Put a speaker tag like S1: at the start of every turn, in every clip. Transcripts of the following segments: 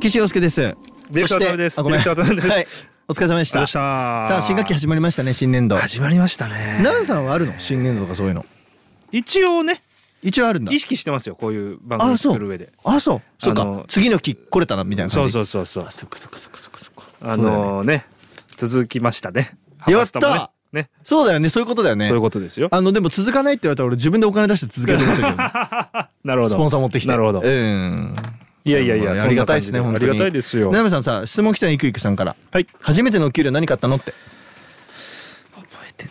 S1: 岸洋介です
S2: ディレクター渡辺です
S1: あごめん
S2: ディレクター渡辺です
S1: はいお疲れ様でした
S2: どう
S1: さあ新学期始まりましたね新年度
S2: 始まりましたね
S1: ナウさんはあるの新年度とかそういうの
S2: 一応ね
S1: 一応あるんだ
S2: 意識してますよこういう番
S1: あ
S2: 組
S1: そう
S2: 作る上で
S1: あそうそっ
S2: あ
S1: か
S2: の
S1: 次の期来れたなみたいな
S2: そ
S1: 感
S2: う
S1: じ
S2: そううそうそう
S1: そっかそっかそっかそっかそっか
S2: あのね続きましたね
S1: やった
S2: ハマスタもねね
S1: そうだよねそういうことだよね
S2: そういうことですよ
S1: あのでも続かないって言われたら俺自分でお金出して続けるっていう
S2: なるほど
S1: スポンサー持ってきて
S2: なるほど
S1: うん
S2: いやいやいや
S1: ありがたいですね
S2: そ
S1: 本
S2: んな
S1: 当に
S2: 感じでありがたいですよ
S1: ナウさんさ質問来たのいくいくさんから
S2: はい
S1: 初めてのお給料何買ったのって
S2: 覚えてね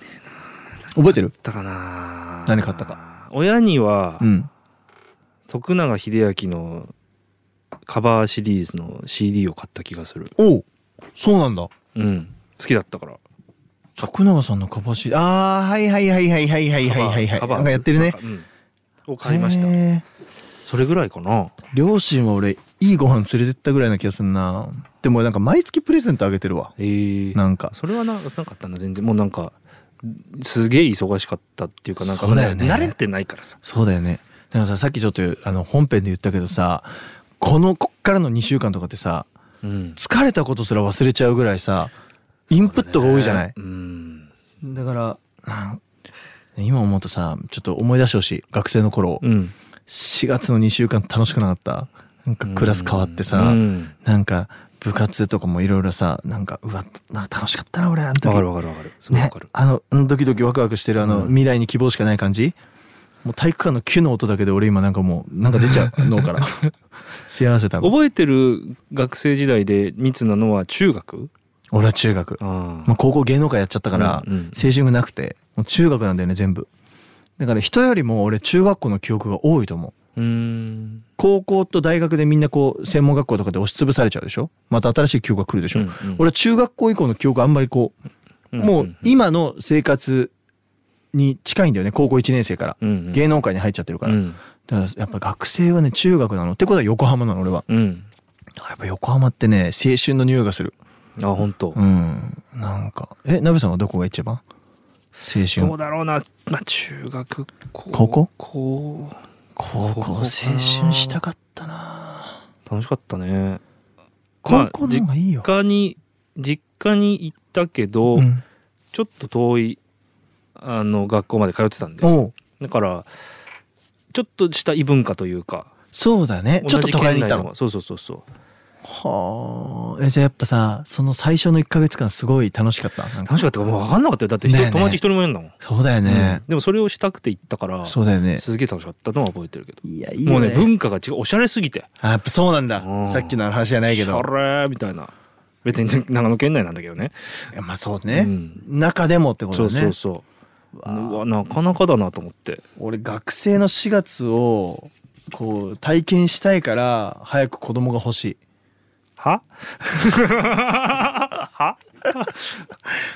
S2: えな
S1: 覚えてる
S2: ったかな
S1: 何買ったか
S2: 親には
S1: うん
S2: 徳永秀明のカバーシリーズの CD を買った気がする
S1: おうそうなんだ
S2: うん好きだったから
S1: 徳永さんのカバシリああはいはいはいはいはいはいはいはいはい
S2: カバー
S1: なんかやってるね
S2: カバーうんを買いました
S1: へー
S2: それぐらいかな
S1: 両親は俺いいご飯連れてったぐらいな気がすんなでもなんか毎月プレゼントあげてるわ
S2: えー
S1: なんか
S2: それはななんかあったな全然もうなんかすげえ忙しかったっていうかなんか
S1: そうだよね
S2: 慣れてないからさ
S1: そうだよねだからささっきちょっとあの本編で言ったけどさこのこっからの2週間とかってさ
S2: うん
S1: 疲れたことすら忘れちゃうぐらいさインプットが多いじゃない
S2: うん
S1: だからなん今思うとさちょっと思い出してほしい学生の頃
S2: うん
S1: 4月の2週間楽しくなかったなんかクラス変わってさ、
S2: うん
S1: なんか部活とかもいろいろさなんかうわなんか楽しかったな俺あの時
S2: わかるわかるわかるすごいわ
S1: ね
S2: かる、
S1: あのあのドキドキワクワクしてるあの、
S2: うん
S1: 未来に希望しかない感じもう体育館のキュの音だけで俺今なんかもうなんか出ちゃう脳 から幸せだもん
S2: 覚えてる学生時代で密なのは中学
S1: 俺は中学、
S2: あ
S1: まあ、高校芸能界やっちゃったから、
S2: うんうん
S1: 青春がなくてもう中学なんだよね全部だから人よりも俺中学校の記憶が多いと思う
S2: うん
S1: 高校と大学でみんなこう専門学校とかで押しつぶされちゃうでしょまた新しい記憶が来るでしょ、
S2: うんうん
S1: 俺は中学校以降の記憶あんまりこうもう今の生活に近いんだよね高校1年生から、芸
S2: 芸
S1: 能界に入っちゃってるから、
S2: うん
S1: だからやっぱ学生はね中学なのってことは横浜なの俺は
S2: うん
S1: だからやっぱ横浜ってね青春の匂いがする
S2: あ本当
S1: うんなんかえなべさんはどこが一番青
S2: どう
S1: 春
S2: だろうなまあ中学高
S1: 高校
S2: 高
S1: 高校
S2: ここか
S1: 青
S2: な
S1: 春したかったな
S2: 楽しかったね
S1: 高校の方がいいよ、
S2: 実家に実家に行ったけど、
S1: うん、
S2: ちょっと遠いあの学校まで通ってたんで
S1: おう
S2: だからちょっとした異文化というか
S1: そうだねちょっと都会に行ったの
S2: 同じ県内でもそうそうそうそう
S1: はあえじゃあやっぱさその最初の1ヶ月間すごい楽しかったなんか
S2: 楽しかったからもう分かんなかったよだって人
S1: ねえねえ
S2: 友達一人もいるんだもん、
S1: そうだよね
S2: う、んでもそれをしたくて行ったから
S1: そうだよね
S2: すげえ楽しかったのは覚えてるけど
S1: いやいい
S2: も
S1: よ
S2: うね
S1: ね
S2: 文化が違うおしゃれすぎて
S1: あやっぱそうなんだ
S2: うん
S1: さっきの話じゃないけど
S2: それみたいな別に長野県内なんだけどね
S1: いやまあそうね、
S2: うん
S1: 中でもってこ
S2: そ
S1: と
S2: う
S1: だね
S2: そうそううわなかなかだなと思って
S1: 俺学生の4月をこう体験したいから早く子供が欲しい
S2: は は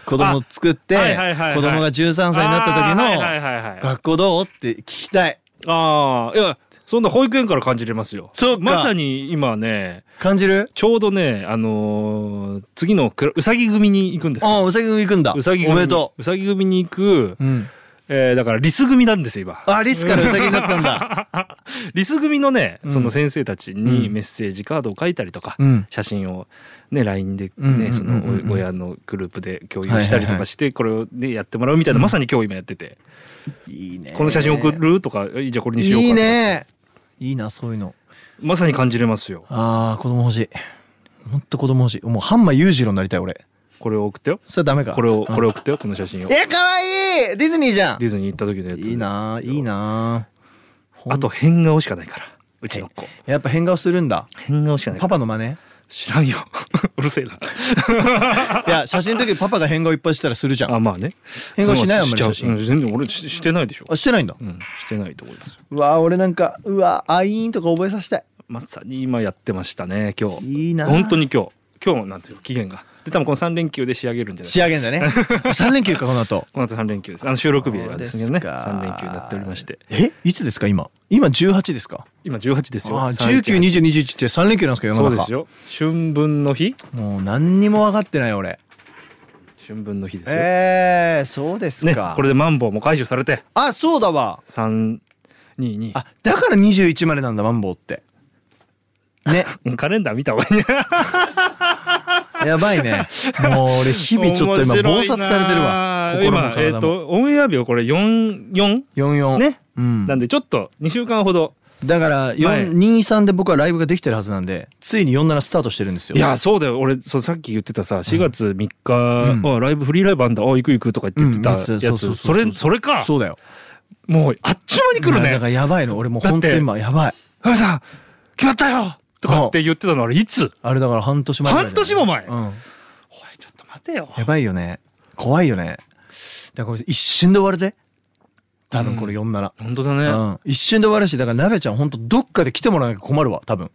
S1: 子供を作って
S2: あはいはいはいはい
S1: 子供が13歳にな
S2: あーはい
S1: っ
S2: はいはい
S1: た時の
S2: はい、
S1: 学校どうって聞きたい
S2: ああいやそんな保育園から感じれますよ
S1: そうか
S2: まさに今ね
S1: 感じる
S2: ちょうどねあのー次のクラうさぎ組に行くんですよ
S1: ああうさぎ組行くんだ
S2: うさぎ組
S1: おめでと
S2: うさぎ組に行く
S1: う、、うん、
S2: えーだからリス組なんですよ今
S1: あリスからうさぎになったんだ
S2: リス組のね
S1: うん
S2: その先生たちにメッセージカードを書いたりとか、
S1: うん
S2: 写真をね LINE で
S1: うんうんうんう
S2: ね
S1: ん
S2: そのお親のグループで共有したりとかしてこれをねやってもらうみたいなまさに今日今やってて
S1: いいね
S2: この写真送るとかえじゃあこれにしようか
S1: いいねいいなそういうの
S2: まさに感じれますよ
S1: ああ子供欲しいほんと子供欲しいもうハンマー裕次郎になりたい俺
S2: これを送ってよ
S1: それはダメか
S2: これをこれを送ってよこの写真をデ
S1: えかわいいディズニーじゃん
S2: ィズニー行った時のやつ
S1: いいなあいいなあ
S2: あと変顔しかないからうちの子
S1: やっぱ変顔するんだ
S2: 変顔しかない
S1: パパの真似
S2: 知らんよ うるせえな
S1: いや写真の時パパが変顔いっぱいしたらするじゃ
S2: あ
S1: ん
S2: まあね
S1: 変顔しないあんまり
S2: ちゃう
S1: 写真
S2: うん全然俺ししてないでしょ
S1: あしてないんだ
S2: うんしてないと思います
S1: うわ俺なんかうわあいーんとか覚えさせたい
S2: まさに今やってましたね今日
S1: いいな
S2: 本当に今日今日なんですよ期限がで多分この3連休で仕上げるんじゃない
S1: 仕上げんだ ね三連休かこの後
S2: この後3連休ですあの収録日なんですけ
S1: そ
S2: どね
S1: うですか
S2: 3連休になっておりまして
S1: えいつですか今今18ですか
S2: 今18ですよ
S1: ああ
S2: 3
S1: 19、20、21って三連休なんですか世
S2: そ
S1: の
S2: うで
S1: 中
S2: すよ春分の日
S1: もう何にも分かってない俺
S2: 春分の日ですよ、
S1: ええそうです
S2: ね
S1: か、
S2: これでマンボウも解除されて
S1: あそうだわ
S2: 322に
S1: あだから21までなんだマンボウって ね
S2: カレンダー見た方がいいね
S1: やばいねもう俺日々ちょっと今暴殺されてるわ
S2: 面
S1: 心も
S2: 白いなあ今えっ、
S1: 体も
S2: とオンエア日はこれ44
S1: 44
S2: ね、
S1: うん
S2: なんでちょっと2週間ほど
S1: だから
S2: はい
S1: 423で僕はライブができてるはずなんでついに47スタートしてるんですよ
S2: いやそうだよ俺そうさっき言ってたさ4月3日、
S1: うん
S2: あライブフリーライブあんだあ行く行くとか言ってた
S1: うん
S2: やつ、
S1: そうそうそうそう
S2: それそれか
S1: そうだよ
S2: もうあっちゅう間に来る
S1: いやだ
S2: ね
S1: からやばいの俺もう本当に今やばい
S2: 「ふさん決まったよ!」とかって言ってたのあれいつ
S1: あれだから半年前ぐらいだよね
S2: 半年も前
S1: うん
S2: おいちょっと待てよ
S1: やばいよね怖いよねだからこれ一瞬で終わるぜ多分これ47、
S2: 本当だ
S1: う
S2: ね、
S1: ん一瞬で終わるしだから鍋ちゃん本当どっかで来てもらわなきゃ困るわ多分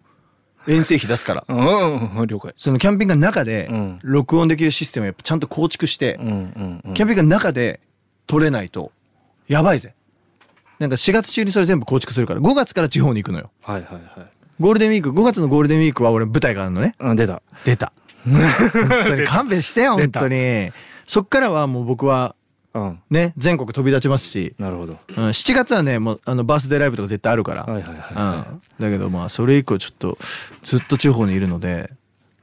S1: 遠征費出すから
S2: うんうんうん了解
S1: そのキャンピングカーの中で
S2: うん
S1: 録音できるシステムをやっぱちゃんと構築して、
S2: うんうんうん
S1: キャンピングカーの中で撮れないとやばいぜなんか4月中にそれ全部構築するから5月から地方に行くのよ
S2: はいはいはい
S1: ゴールデンウィーク5月のゴールデンウィークは俺舞台があるのね
S2: あ出た
S1: 出た本当に勘弁してよ
S2: 出
S1: 本
S2: た
S1: 当にそっからはもう僕は
S2: うん
S1: ね全国飛び立ちますし、
S2: なるほど
S1: うん、7月はねもうあのバースデーライブとか絶対あるから、
S2: はいはいは
S1: う
S2: い、
S1: ん、だけどまあそれ以降ちょっとずっと地方にいるので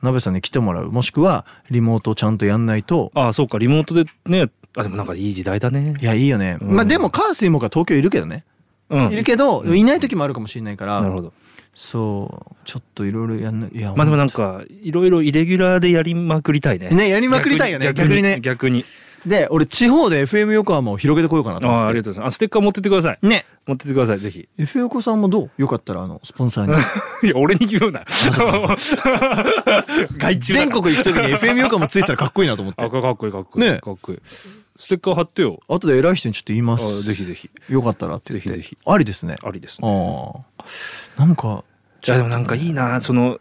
S1: 鍋さんに来てもらうもしくはリモートをちゃんとやんないと
S2: ああそうかリモートでねあでもなんかいい時代だね
S1: いやいいよね、
S2: うん
S1: まあでも火水木は東京いるけどね、
S2: うん
S1: いるけどいない時もあるかもしれないから
S2: なるほど
S1: そうちょっといろいろやんないいや
S2: まあでもなんかいろいろイレギュラーでやりまくりたいね
S1: ねやりまくりたいよね逆にね
S2: 逆に
S1: で俺地方で FM 横浜を広げてこようかなと
S2: あ
S1: 思って
S2: あありがとうございますあステッカー持ってってください
S1: ね
S2: 持ってってくださいぜひ
S1: FM 横さんもどうよかったらあのスポンサーに
S2: いや俺に言うな外注だ
S1: 全
S2: から
S1: 国行く時に FM 横浜ついてたらかっこいいなと思って
S2: あかかっこいいかっこいい、
S1: ね
S2: かっこいいステッカー貼ってよ
S1: 後で偉い人にちょっと言いま
S2: あ
S1: す
S2: ぜひぜひ
S1: よかったらって言って
S2: ぜひぜひ
S1: ありですね
S2: ありですね
S1: ああなんか
S2: じゃあでもなんかいいなその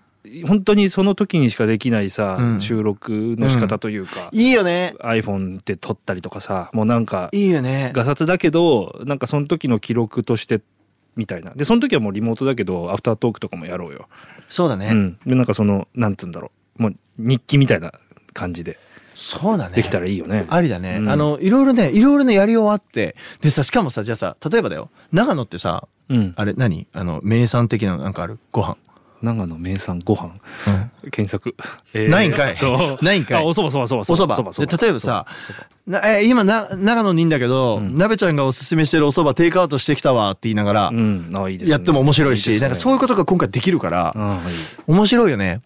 S2: 本当にその時にしかできないさ、
S1: うん
S2: 収録の仕方というか、
S1: いいよね
S2: iPhone で撮ったりとかさもうなんか
S1: いいよね
S2: ガサツだけどなんかその時の記録としてみたいなでその時はもうリモートだけどアフタートークとかもやろうよ、
S1: そうだ
S2: う
S1: ね
S2: ん、でなんかそのなんつうんだろうもう日記みたいな感じで
S1: そうだね
S2: できたらいいよね
S1: ありだね
S2: うん
S1: あのいろいろねいろいろねやりようあってでさしかもさじゃあさ例えばだよ長野ってさ
S2: うん、
S1: あれ何あの名産的なのなんかあるご飯
S2: 長野名産ご飯検索、え
S1: ないんかい
S2: えーっと
S1: ないんかい
S2: あおそばそばそば
S1: おそばで例えばさなえ今な長野にいんだけど
S2: うん
S1: なべちゃんがおすすめしてるおそばテイクアウトしてきたわって言いながら
S2: うんあいいですね
S1: やっても面白いしなんかそういうことが今回できるから
S2: とああいい
S1: 面白いよね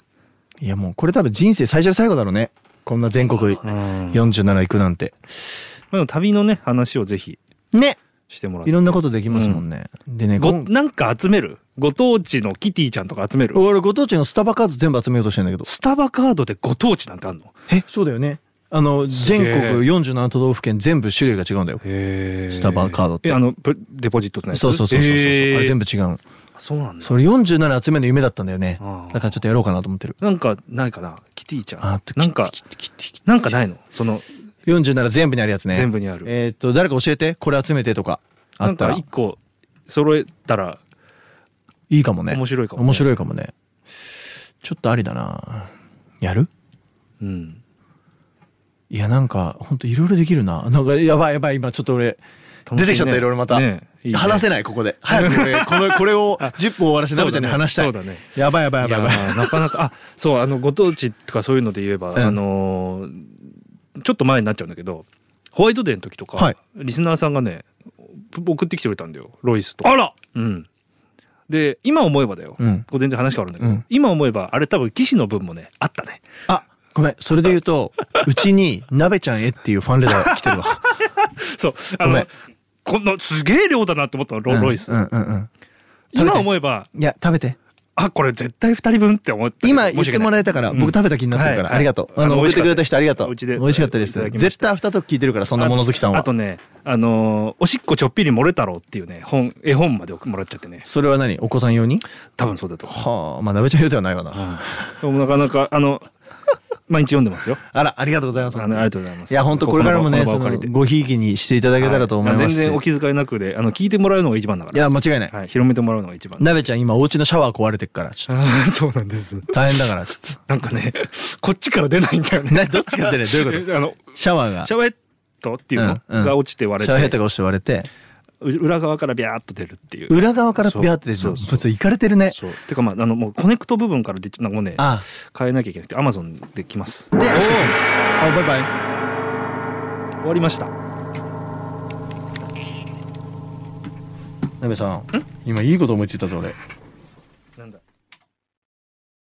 S1: いやもうこれ多分人生最初で最後だろうねこんな全国
S2: うん
S1: 47行くなんて
S2: まあ、でも旅のね話をぜひ
S1: ね
S2: してもらっ
S1: い
S2: て
S1: ろんなことできますもんね、でね
S2: ご
S1: ご
S2: なんか集めるご当地のキティちゃんとか集める
S1: 俺ご当地のスタバカード全部集めようとしてんだけど
S2: スタバカードでご当地なんてあんの
S1: えそうだよねあの
S2: げ
S1: 全
S2: え
S1: 国47都道府県全部種類が違うんだよ
S2: へー
S1: スタバカードって
S2: えあのプデポジットってない
S1: そうそうそうそうそう、あれ全部違うの
S2: そうなんだ
S1: それ47集めるの夢だったんだよね
S2: ああ
S1: だからちょっとやろうかなと思ってる
S2: なんかないかなキティちゃん
S1: あと
S2: なんかなんかないのその
S1: 47全部にあるやつね
S2: 全部にある、
S1: えーっと誰か教えてこれ集めてとかあ
S2: なん
S1: った
S2: から一個揃えたら
S1: いいかもね
S2: 面白いかもね
S1: 面白いかもねちょっとありだなやる
S2: うん
S1: いやなんかほんといろいろできるななんかやばいやばい今ちょっと俺
S2: 楽しいね
S1: 出てきちゃったいろいろまた、
S2: ねえいいね
S1: 話せないここで早く 俺このこれを10分終わらせて
S2: そ
S1: なべ
S2: う
S1: ちゃ
S2: だ
S1: ん
S2: ね
S1: に話したい
S2: そうだね
S1: やばいやばいやばいやばい
S2: いやーなかなかあそうあのご当地とかそういうので言えば、
S1: ん
S2: あのーちょっと前になっちゃうんだけどホワイトデーの時とか、
S1: はい
S2: リスナーさんがねぷ送ってきてくれたんだよロイスと
S1: あら
S2: うん、で今思えばだよ、
S1: うん
S2: これ全然話変わるんだけど、
S1: うん
S2: 今思えばあれ多分騎士の分もねあったね
S1: あごめんそれで言うとうちになべちゃんへっていうファンレターが来てるわ
S2: そうあ
S1: ごめ
S2: の
S1: ん
S2: こんなすげえ量だなって思ったのロ,、
S1: うん
S2: ロイス、
S1: うんうんうん食べて
S2: 今思えば
S1: いや食べて
S2: あこれ絶対二人分って思った
S1: 今言ってもら
S2: え
S1: えたから
S2: うん
S1: 僕食べた気になってるか
S2: は
S1: ら
S2: い
S1: ありがとう
S2: はい
S1: あの
S2: あの
S1: 送ってくれた人ありがとう
S2: 美
S1: 美
S2: 味しかった
S1: 味しかったです
S2: いただきました
S1: 絶対アフタートーク聞いてるからそんな物好きさん
S2: あ
S1: は
S2: とねあのーおしっこちょっぴり漏れたろうっていうね本絵本までもらっちゃってね
S1: それは何お子さん用に
S2: 多分そうだと思う
S1: はあまあ鍋ちゃん用ではないわな
S2: でもなかなかあの毎日読んでますよ
S1: あらありがとうございます
S2: あのありがとうございます
S1: いや本当これからもねそ
S2: この場を
S1: の
S2: 借りて
S1: ごひいきにしていただけたらと思います
S2: は
S1: し
S2: 全然お気遣いなくであの聞いてもらうのが一番だか
S1: い
S2: ら
S1: や間違いない
S2: はい、広めてもらうのが一番
S1: 鍋ちゃん今お家のシャワー壊れてっからちょっ
S2: ああそうなんです
S1: と大変だからちょっ
S2: なんかねこっちから出ないんだよ
S1: とな
S2: ね
S1: どっちかってねどういうこ
S2: あの
S1: とシャワーが
S2: シ
S1: シ
S2: ャワーヘッドっていうの、
S1: うんうん
S2: が落ちて割れて
S1: ャワーヘッドが落ちて割れて
S2: う裏側からビャーっと出るっていう
S1: 裏側からビャーって出て
S2: そ
S1: る
S2: うそうそう
S1: こいついかれてるね
S2: そうてかまああのもうコネクト部分からでなんかもうね
S1: あ
S2: 変えなきゃいけなくてアマゾンで来ます
S1: あ
S2: 終
S1: であバイバイ
S2: わりました
S1: 鍋さん今いいこと思いついたぞ俺